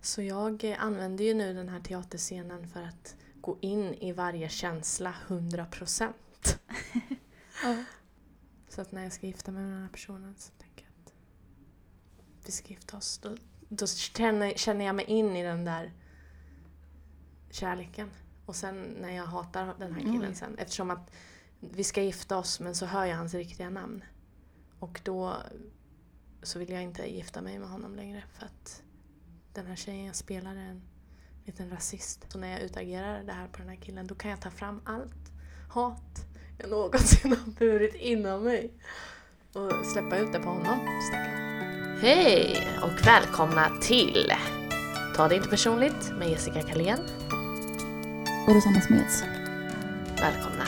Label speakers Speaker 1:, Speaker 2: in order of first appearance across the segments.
Speaker 1: Så jag eh, använder ju nu den här teaterscenen för att gå in i varje känsla 100%.
Speaker 2: Ja.
Speaker 1: Så att när jag ska gifta mig med den här personen så tänker jag att vi ska gifta oss. Då, då känner, känner jag mig in i den där kärleken. Och sen när jag hatar den här killen
Speaker 2: Oj.
Speaker 1: sen, eftersom att vi ska gifta oss men så hör jag hans riktiga namn. Och då så vill jag inte gifta mig med honom längre för att den här tjejen jag spelar är en liten rasist. Så när jag utagerar det här på den här killen då kan jag ta fram allt hat jag någonsin har burit inom mig och släppa ut det på honom. stackarn. Hej och välkomna till Ta det inte personligt med Jessica Kalén.
Speaker 2: Och Rosanna Smeds.
Speaker 1: Välkomna.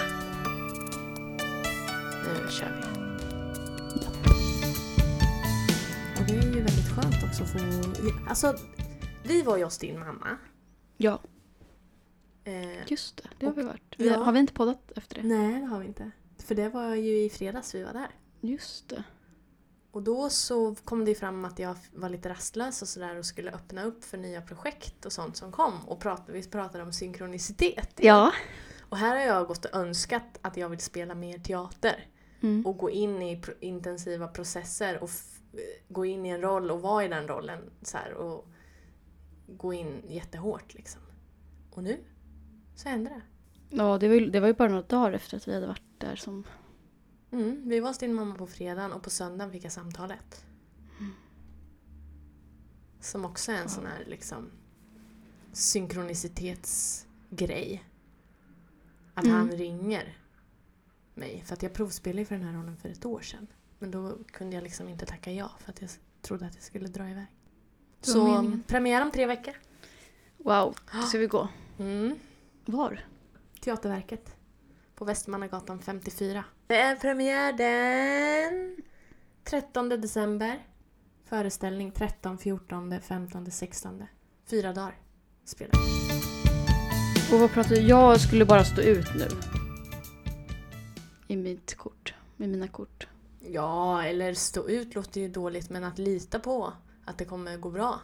Speaker 1: Nu kör vi. Och det är ju väldigt skönt också att få... Alltså, vi var ju hos din mamma.
Speaker 2: Ja,
Speaker 1: Eh,
Speaker 2: just det. Det har vi varit. Vi,
Speaker 1: Ja.
Speaker 2: Har vi inte poddat efter det?
Speaker 1: nej, det har vi inte. För det var ju i fredags vi var där.
Speaker 2: Just det.
Speaker 1: Och då så kom det ju fram att jag var lite rastlös och sådär och skulle öppna upp för nya projekt och sånt som kom. Och prat, vi pratade om synkronicitet.
Speaker 2: Ja.
Speaker 1: Och här har jag gått och önskat att jag vill spela mer teater.
Speaker 2: Mm.
Speaker 1: och gå in i pro- intensiva processer och f- eh, gå in i en roll och vara i den rollen så här, och gå in jättehårt liksom. Och nu så hände det.
Speaker 2: Ja, det var, ju, det var ju bara några dagar efter att vi hade varit där som...
Speaker 1: Mm, vi var hos din mamma på fredagen och på söndagen fick jag samtalet.
Speaker 2: Mm.
Speaker 1: Som också är en sån här liksom synkronicitetsgrej. Att
Speaker 2: Mm.
Speaker 1: han ringer mig. För att jag provspelade ju för den här rollen för ett år sedan. Men då kunde jag liksom inte tacka ja för att jag s- trodde att jag skulle dra iväg.
Speaker 2: Det var
Speaker 1: Så
Speaker 2: meningen.
Speaker 1: premiär om tre veckor.
Speaker 2: Wow, då ska vi gå.
Speaker 1: Mm.
Speaker 2: Var?
Speaker 1: Teaterverket. På Västmannagatan 54. Det är premiär den 13 december. Föreställning 13, 14, 15, 16. Fyra dagar spelar vi.
Speaker 2: Och vad pratar Jag skulle bara stå ut nu. I mitt kort. Med mina kort.
Speaker 1: Ja, eller stå ut låter ju dåligt men att lita på att det kommer gå bra.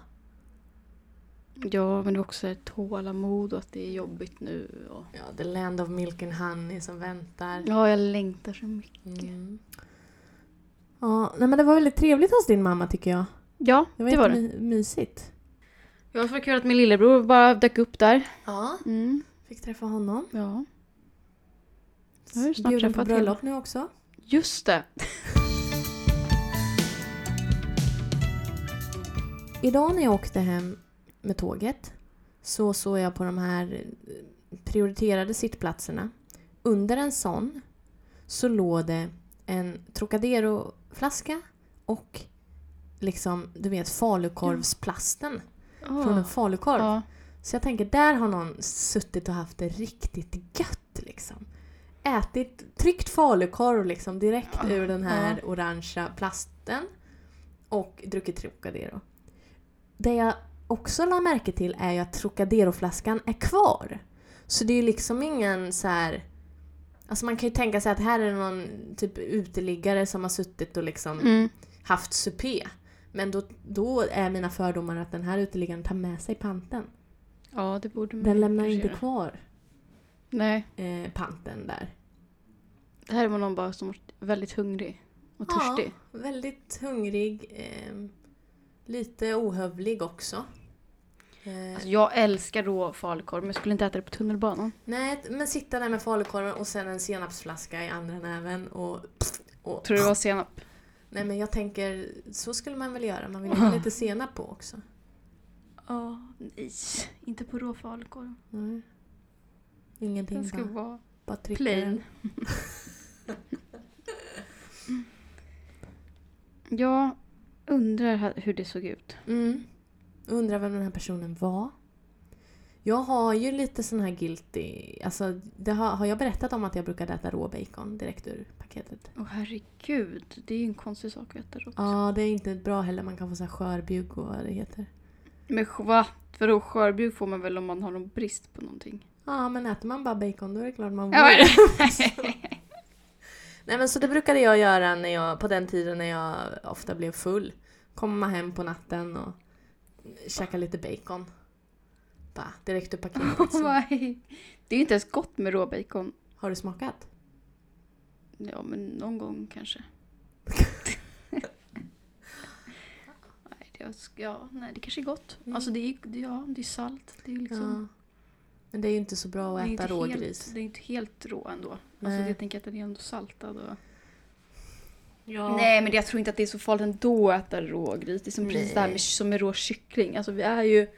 Speaker 2: Ja, men det var också ett tålamod och att det är jobbigt nu. Och...
Speaker 1: Ja, the land of milk and honey som väntar.
Speaker 2: Ja, jag längtar så mycket.
Speaker 1: Mm. Ja, nej men det var väldigt trevligt hos din mamma tycker jag.
Speaker 2: Ja, det var det. det.
Speaker 1: mysigt.
Speaker 2: Jag var så kul att min lillebror bara dök upp där.
Speaker 1: Ja,
Speaker 2: Mm.
Speaker 1: fick träffa honom.
Speaker 2: Ja. Jag har ju snart
Speaker 1: Bjuden på
Speaker 2: träffat hela-
Speaker 1: bröllop nu också.
Speaker 2: Just det.
Speaker 1: Idag när jag åkte hem med tåget så såg jag på de här eh, prioriterade sittplatserna. Under en sån så låg det en Trocadero-flaska och liksom, du vet, falukorvsplasten från en falukorv.
Speaker 2: Ah. Ja.
Speaker 1: Så jag tänker, där har någon suttit och haft det riktigt gött liksom. Ätit, tryckt falukorv liksom direkt
Speaker 2: Ja,
Speaker 1: ur den här orangea plasten. Och druckit Trocadero. Det jag också la märke till är ju att Trocadero-flaskan är kvar. Så det är ju liksom ingen så här... Alltså man kan ju tänka sig att här är det någon typ uteliggare som har suttit och liksom
Speaker 2: Mm.
Speaker 1: haft supé. Men då, då är mina fördomar att den här uteliggaren tar med sig panten.
Speaker 2: ja, det borde man
Speaker 1: Den lämnar
Speaker 2: kanske
Speaker 1: inte
Speaker 2: göra.
Speaker 1: kvar
Speaker 2: Nej,
Speaker 1: eh, panten där.
Speaker 2: det här var någon bara som var väldigt hungrig och
Speaker 1: Ja.
Speaker 2: törstig.
Speaker 1: Väldigt hungrig. Eh, lite ohövlig också. Eh,
Speaker 2: Alltså, jag älskar rå falukorv men jag skulle inte äta det på tunnelbanan.
Speaker 1: nej, men sitta där med falukorven och sen en senapsflaska i andra näven och... och
Speaker 2: Tror du det var senap?
Speaker 1: nej men jag tänker, så skulle man väl göra. Man vill ju ha lite senap på också.
Speaker 2: Ja, nej. Inte på rå falukorv.
Speaker 1: Nej. Ingenting
Speaker 2: Den ska
Speaker 1: bara,
Speaker 2: vara
Speaker 1: bara trycka
Speaker 2: plain.
Speaker 1: den.
Speaker 2: jag undrar här- hur det såg ut.
Speaker 1: Mm. Undrar vem den här personen var. Jag har ju lite sån här guilty... Alltså, det har, har jag berättat om att jag brukade äta rå bacon direkt ur paketet?
Speaker 2: Åh herregud, det är ju en konstig sak att äta rå.
Speaker 1: Ja, det är inte bra heller. Man kan få så här skörbjugg och vad det heter.
Speaker 2: Men sch- va? Vadå skörbjugg får man väl om man har någon brist på någonting?
Speaker 1: Ja, men äter man bara bacon då är det klart man
Speaker 2: Ja,
Speaker 1: vill. Nej men så det brukade jag göra när jag, på den tiden när jag ofta blev full. Komma hem på natten och käka lite bacon. Bara direkt ur paketet.
Speaker 2: Alltså.
Speaker 1: Så.
Speaker 2: Nej. Det är ju inte ens gott med råbacon.
Speaker 1: Har du smakat?
Speaker 2: Ja, men någon gång kanske. nej, det, är- ja, nej, det kanske är gott.
Speaker 1: Mm.
Speaker 2: Alltså det är, det- ja, det är salt. Det är liksom...
Speaker 1: Ja. Men det är ju inte så bra
Speaker 2: det
Speaker 1: att
Speaker 2: är
Speaker 1: äta
Speaker 2: inte
Speaker 1: rågris.
Speaker 2: Helt, det är inte helt rå ändå. Alltså
Speaker 1: Nej.
Speaker 2: jag tänker att den är ändå saltad och...
Speaker 1: Ja.
Speaker 2: Nej, men jag tror inte att det är så farligt ändå att äta rågris. Det är som precis det här
Speaker 1: Nej.
Speaker 2: med, som med rå kyckling. Alltså vi är ju...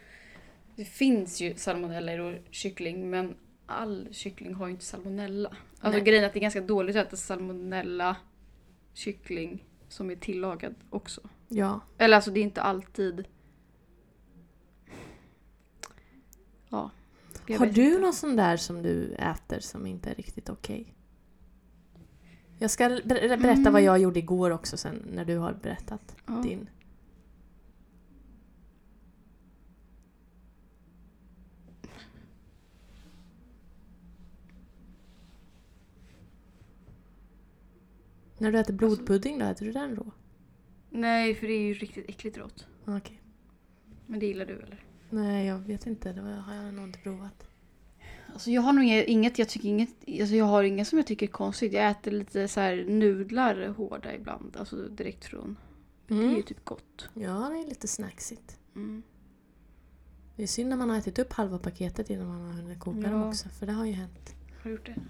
Speaker 2: Det finns ju salmonella i rå kyckling, men all kyckling har ju inte salmonella. Alltså
Speaker 1: Nej.
Speaker 2: grejen är att det är ganska dåligt att äta salmonella kyckling som är tillagad också.
Speaker 1: Ja.
Speaker 2: Eller alltså det är inte alltid... Ja. jag
Speaker 1: Har
Speaker 2: vet
Speaker 1: du
Speaker 2: inte.
Speaker 1: någon sån där som du äter som inte är riktigt okej? Jag ska ber- berätta
Speaker 2: Mm.
Speaker 1: vad jag gjorde igår också sen när du har berättat
Speaker 2: Ja.
Speaker 1: din. När du
Speaker 2: Alltså-
Speaker 1: äter blodpudding då, äter du den rå?
Speaker 2: Nej, för det är ju riktigt äckligt rått.
Speaker 1: Okej.
Speaker 2: Men det gillar du eller?
Speaker 1: Nej, jag vet inte. Det var- har jag nog inte provat.
Speaker 2: Alltså jag har nog inget- inget, jag tycker inget, alltså jag har inget som jag tycker är konstigt. Jag äter lite så här nudlar hårda ibland, alltså direkt från.
Speaker 1: Mm.
Speaker 2: Det är ju typ gott.
Speaker 1: Ja, det är lite snacksigt.
Speaker 2: Mm.
Speaker 1: Det är synd när man har ätit upp halva paketet innan man har hunnit koka dem
Speaker 2: Ja.
Speaker 1: också, för det har ju hänt.
Speaker 2: Har du gjort det?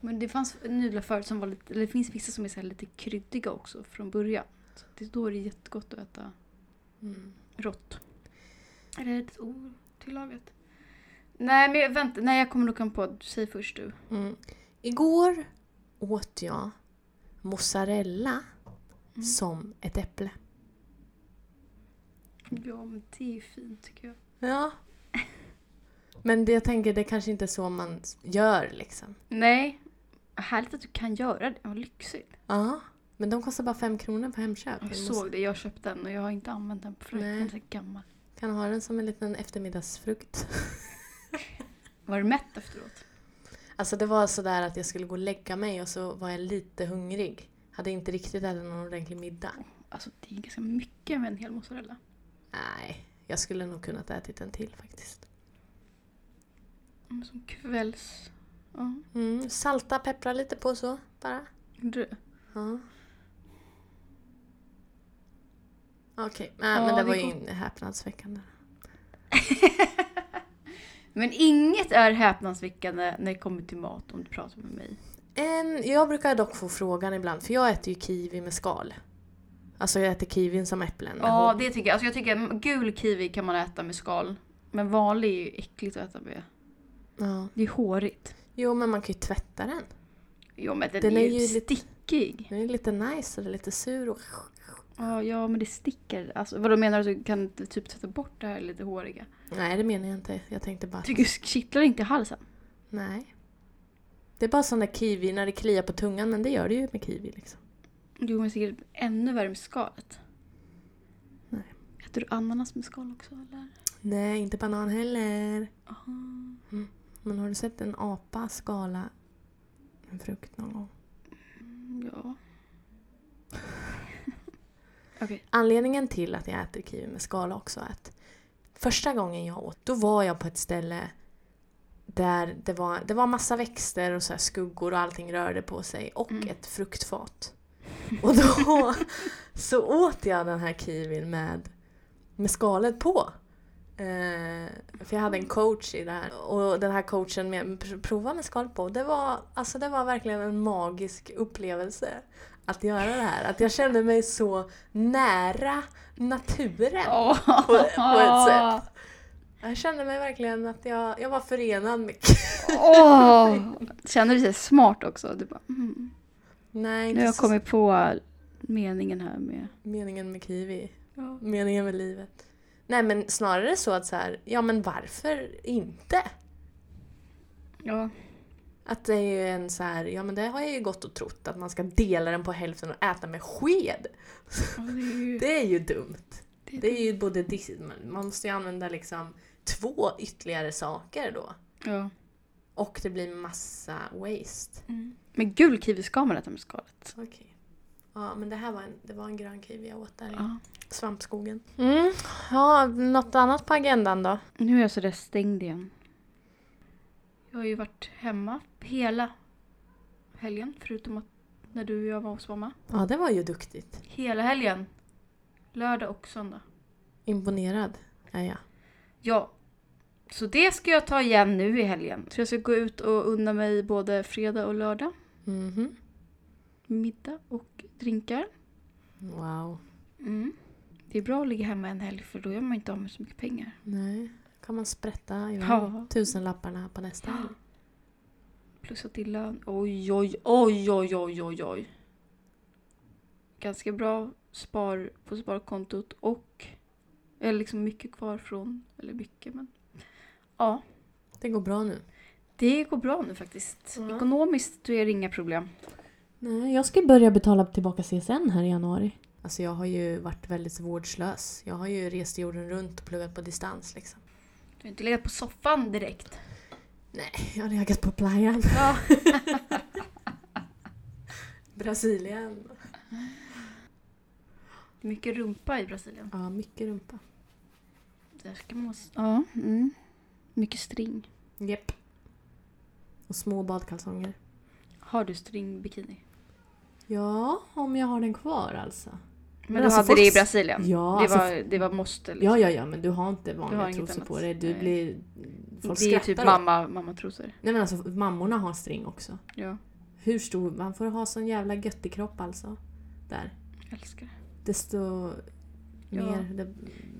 Speaker 2: Men det fanns nudlar förut som var lite, eller det finns vissa som är så här lite kryddiga också från början. Så det, då är det jättegott att äta
Speaker 1: Mm.
Speaker 2: rått. Eller ett otillagat. Nej men jag- vänta, nej jag kommer nog komma på, säg först du.
Speaker 1: Mm. Igår åt jag mozzarella
Speaker 2: Mm.
Speaker 1: som ett äpple.
Speaker 2: Ja men det är ju fint tycker jag.
Speaker 1: Ja. Men det, jag tänker, det kanske inte är så man gör liksom.
Speaker 2: Nej, härligt att du kan göra det, vad lyxigt.
Speaker 1: Ja. Men de kostar bara fem kronor på Hemköp.
Speaker 2: Jag
Speaker 1: Man
Speaker 2: såg det, jag köpte den och jag har inte använt den på flera
Speaker 1: Nej.
Speaker 2: den är så gammal.
Speaker 1: kan ha den som en liten eftermiddagsfrukt.
Speaker 2: Var du mätt efteråt?
Speaker 1: Alltså det var sådär att jag skulle gå och lägga mig och så var jag lite hungrig. Hade inte riktigt ätit någon ordentlig middag.
Speaker 2: Alltså det är ganska mycket med en hel mozzarella.
Speaker 1: Nej, jag skulle nog kunnat ätit en till faktiskt.
Speaker 2: Mm, Som kvälls... Ja,
Speaker 1: Mm, salta, peppra lite på så bara.
Speaker 2: du.
Speaker 1: Ja. Okej, nej
Speaker 2: Ja,
Speaker 1: men det
Speaker 2: det
Speaker 1: var
Speaker 2: är
Speaker 1: ju in- häpnadsväckande.
Speaker 2: Men inget är häpnadsväckande när det kommer till mat om du pratar med mig.
Speaker 1: En, jag brukar dock få frågan ibland, för jag äter ju kiwi med skal. Alltså jag äter kiwin som äpplen. med
Speaker 2: Ja,
Speaker 1: hål.
Speaker 2: det tycker jag. Alltså jag tycker att gul kiwi kan man äta med skal. Men vanlig är ju äckligt att äta med.
Speaker 1: ja.
Speaker 2: Det är hårigt.
Speaker 1: Jo men man kan ju tvätta den.
Speaker 2: Jo men den,
Speaker 1: Den
Speaker 2: är,
Speaker 1: är
Speaker 2: ju
Speaker 1: ju lite-
Speaker 2: stickig.
Speaker 1: Den är lite nice och lite sur och...
Speaker 2: Ja, ja men det sticker. Alltså, vadå menar du? att du Kan inte typ tvätta bort det här lite håriga?
Speaker 1: Nej det menar jag inte. Jag tänkte bara...
Speaker 2: Tycker du kittlar inte i halsen?
Speaker 1: Nej. Det är bara sån där kiwi när det kliar på tungan, men det gör det ju med kiwi liksom.
Speaker 2: Jo, men säkert ännu värre med skalet.
Speaker 1: Nej.
Speaker 2: Äter du ananas med skal också eller?
Speaker 1: Nej, inte banan heller.
Speaker 2: Aha.
Speaker 1: Men har du sett en apa skala en frukt någon gång?
Speaker 2: Mm, Ja. Okej.
Speaker 1: Anledningen till att jag äter kiwi med skala också är att första gången jag åt, då var jag på ett ställe där det var, det var massa växter och så här skuggor och allting rörde på sig och
Speaker 2: Mm.
Speaker 1: ett fruktfat. Och då så åt jag den här kiwin med, med skalet på. Eh, för jag hade en coach i det här och den här coachen med pr- prova med skal på. Det var, alltså det var verkligen en magisk upplevelse att göra det här. Att jag kände mig så nära naturen.
Speaker 2: Åh.
Speaker 1: på ett sätt. Jag kände mig verkligen att jag, jag var förenad med...
Speaker 2: Åh. Känner du dig smart också? Du bara, mm.
Speaker 1: Nej,
Speaker 2: Nu
Speaker 1: inte
Speaker 2: har jag
Speaker 1: så-
Speaker 2: kommit på meningen här med...
Speaker 1: meningen med kiwi. Meningen med livet. Nej men snarare så att så här, ja men varför inte?
Speaker 2: Ja.
Speaker 1: Att det är ju en så här, ja men det har jag ju gått och trott att man ska dela den på hälften och äta med sked.
Speaker 2: Ja, Det
Speaker 1: Det
Speaker 2: är ju...
Speaker 1: är ju dumt.
Speaker 2: det är-
Speaker 1: Det är ju både dis- man måste ju använda liksom två ytterligare saker då.
Speaker 2: Ja.
Speaker 1: Och det blir massa waste.
Speaker 2: Men gul kiwi ska man äta med skalet.
Speaker 1: Okej. Ja, men det här var en, det var en grön kiwi jag åt där i
Speaker 2: Ja.
Speaker 1: svampskogen. Mm. Ja, något annat på agendan då?
Speaker 2: Nu är jag sådär stängd igen. Jag har ju varit hemma hela helgen förutom att när du och jag var hos mamma.
Speaker 1: Ja, det var ju duktigt.
Speaker 2: Hela helgen! Lördag och söndag.
Speaker 1: Imponerad är jag.
Speaker 2: Ja. Så det ska jag ta igen nu i helgen. Så jag ska gå ut och unna mig både fredag och lördag.
Speaker 1: Mhm.
Speaker 2: Middag och drinkar.
Speaker 1: Wow.
Speaker 2: Mm. Det är bra att ligga hemma en helg för då gör man inte av med så mycket pengar.
Speaker 1: Nej, kan man sprätta iväg
Speaker 2: Ja.
Speaker 1: tusenlapparna på nästa helg.
Speaker 2: Plus att det är lön. Oj, oj, oj, oj, oj, oj, oj. Ganska bra spar på sparkontot och eller liksom mycket kvar från, eller mycket men. Ja,
Speaker 1: Det går bra nu.
Speaker 2: det går bra nu faktiskt.
Speaker 1: Ja.
Speaker 2: Ekonomiskt då är det inga problem.
Speaker 1: Nej, jag ska börja betala tillbaka CSN här i januari. Alltså jag har ju varit väldigt vårdslös. Jag har ju rest jorden runt och pluggat på distans liksom.
Speaker 2: Du har inte legat på soffan direkt.
Speaker 1: Nej, jag har legat på playan.
Speaker 2: Ja.
Speaker 1: Brasilien.
Speaker 2: Mycket rumpa i Brasilien.
Speaker 1: Ja, mycket rumpa.
Speaker 2: Där ska man... Ja, mm. Mycket string.
Speaker 1: Japp. Och små badkalsonger.
Speaker 2: Har du stringbikini?
Speaker 1: Ja, om jag har den kvar alltså.
Speaker 2: Men,
Speaker 1: Men
Speaker 2: du
Speaker 1: alltså
Speaker 2: hade
Speaker 1: folk-
Speaker 2: det i Brasilien?
Speaker 1: Ja,
Speaker 2: det,
Speaker 1: alltså-
Speaker 2: var, det var måste liksom.
Speaker 1: Ja, ja, ja, men du har inte vanliga
Speaker 2: Du har inget
Speaker 1: trosor på
Speaker 2: annat.
Speaker 1: dig. Du
Speaker 2: Nej.
Speaker 1: blir... Folk
Speaker 2: Det är
Speaker 1: skrattar
Speaker 2: typ
Speaker 1: åt-
Speaker 2: mamma, mammatrosor.
Speaker 1: Nej men alltså mammorna har string också.
Speaker 2: Ja,
Speaker 1: Hur stor, man får ha sån jävla göttig kropp alltså. Där.
Speaker 2: jag älskar det.
Speaker 1: Desto
Speaker 2: Ja.
Speaker 1: mer... Det,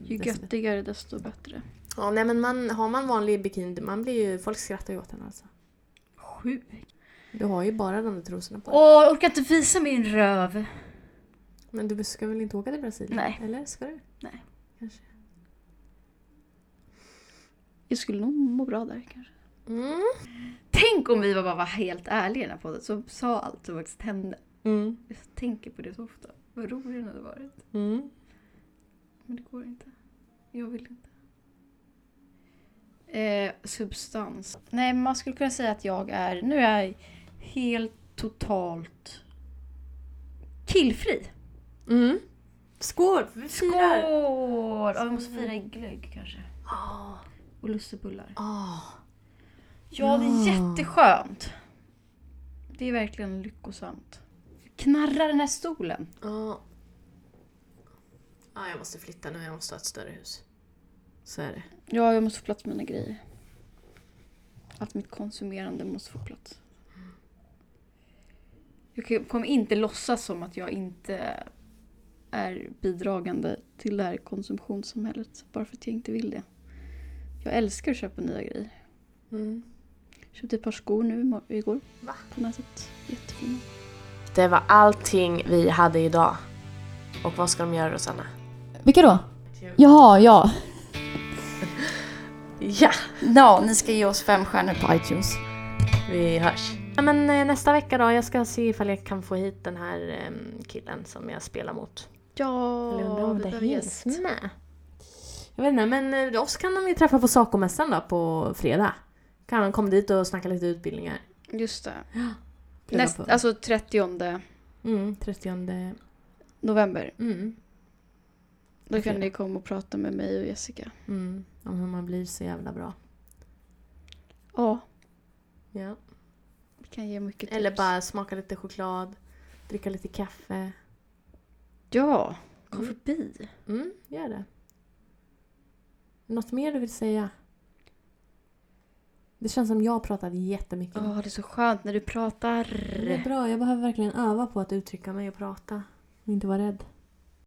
Speaker 2: Ju
Speaker 1: desto-
Speaker 2: göttigare desto bättre.
Speaker 1: Ja, nej men man, har man vanlig bikini, man blir ju, folk skrattar ju åt en alltså.
Speaker 2: Sjukt.
Speaker 1: Du har ju bara de där trosorna på dig.
Speaker 2: Åh, jag orkar inte visa min röv.
Speaker 1: Men du ska väl inte åka till Brasilien?
Speaker 2: Nej.
Speaker 1: Eller ska du?
Speaker 2: Nej.
Speaker 1: Kanske.
Speaker 2: Jag skulle nog må bra där kanske.
Speaker 1: Mm.
Speaker 2: Tänk om vi bara var helt ärliga i den här podden som sa allt som faktiskt hände.
Speaker 1: Mm.
Speaker 2: Jag tänker på det så ofta. Vad roligt det hade varit.
Speaker 1: Mm.
Speaker 2: Men det går inte. Jag vill inte. Eh, substans. Nej, man skulle kunna säga att jag är... Nu är jag helt totalt killfri.
Speaker 1: Mm. Skål! Vi firar!
Speaker 2: Skål! Ja, vi måste fira glögg kanske.
Speaker 1: Ah.
Speaker 2: Och lussebullar.
Speaker 1: Ah.
Speaker 2: Ja, det är jätteskönt. Det är verkligen lyckosamt. Knarrar den här stolen.
Speaker 1: Ja. Ja, Ah, jag måste flytta nu. Jag måste ha ett större hus. Så är det.
Speaker 2: Ja, jag måste få plats med mina grejer. Allt mitt konsumerande måste få plats. Jag kan- kommer inte låtsas som att jag inte är bidragande till det här konsumtionssamhället. Bara för att jag inte vill det. Jag älskar att köpa nya grejer. Jag köpte ett par skor nu i mor- igår.
Speaker 1: Va?
Speaker 2: På nätet. Jättefina.
Speaker 1: Det var allting vi hade idag. Och vad ska de göra, Rosanna?
Speaker 2: Vilka då?
Speaker 3: Jaha, ja.
Speaker 1: Ja!
Speaker 3: Ja, ni ska ge oss fem stjärnor på iTunes.
Speaker 1: Vi hörs. Ja, men eh, nästa vecka då. Jag ska se ifall jag kan få hit den här eh, killen som jag spelar mot.
Speaker 2: Ja,
Speaker 1: Eller undrar om
Speaker 2: vi
Speaker 1: det
Speaker 2: behöver
Speaker 1: hinns
Speaker 2: gäst.
Speaker 1: med. Jag vet inte, men eh, oss kan de ju träffa på Sacomässan då på fredag. Kan de komma dit och snacka lite utbildningar.
Speaker 2: Just det.
Speaker 1: Plugga
Speaker 2: Näst,
Speaker 1: på.
Speaker 2: alltså 30
Speaker 1: Mm, 30...
Speaker 2: november.
Speaker 1: Mm,
Speaker 2: Då
Speaker 1: Fredag.
Speaker 2: kan ni komma och prata med mig och Jessica.
Speaker 1: mm, om hur man blir så jävla bra.
Speaker 2: Ja,
Speaker 1: Ja.
Speaker 2: vi kan ge mycket tips.
Speaker 1: Eller bara smaka lite choklad, dricka lite kaffe.
Speaker 2: Ja, kom
Speaker 1: Mm.
Speaker 2: förbi.
Speaker 1: Mm, gör det. Något mer du vill säga? Det känns som jag pratar jättemycket.
Speaker 2: Ja, det är så skönt när du pratar.
Speaker 1: Det är bra, jag behöver verkligen öva på att uttrycka mig och prata. Och inte vara rädd.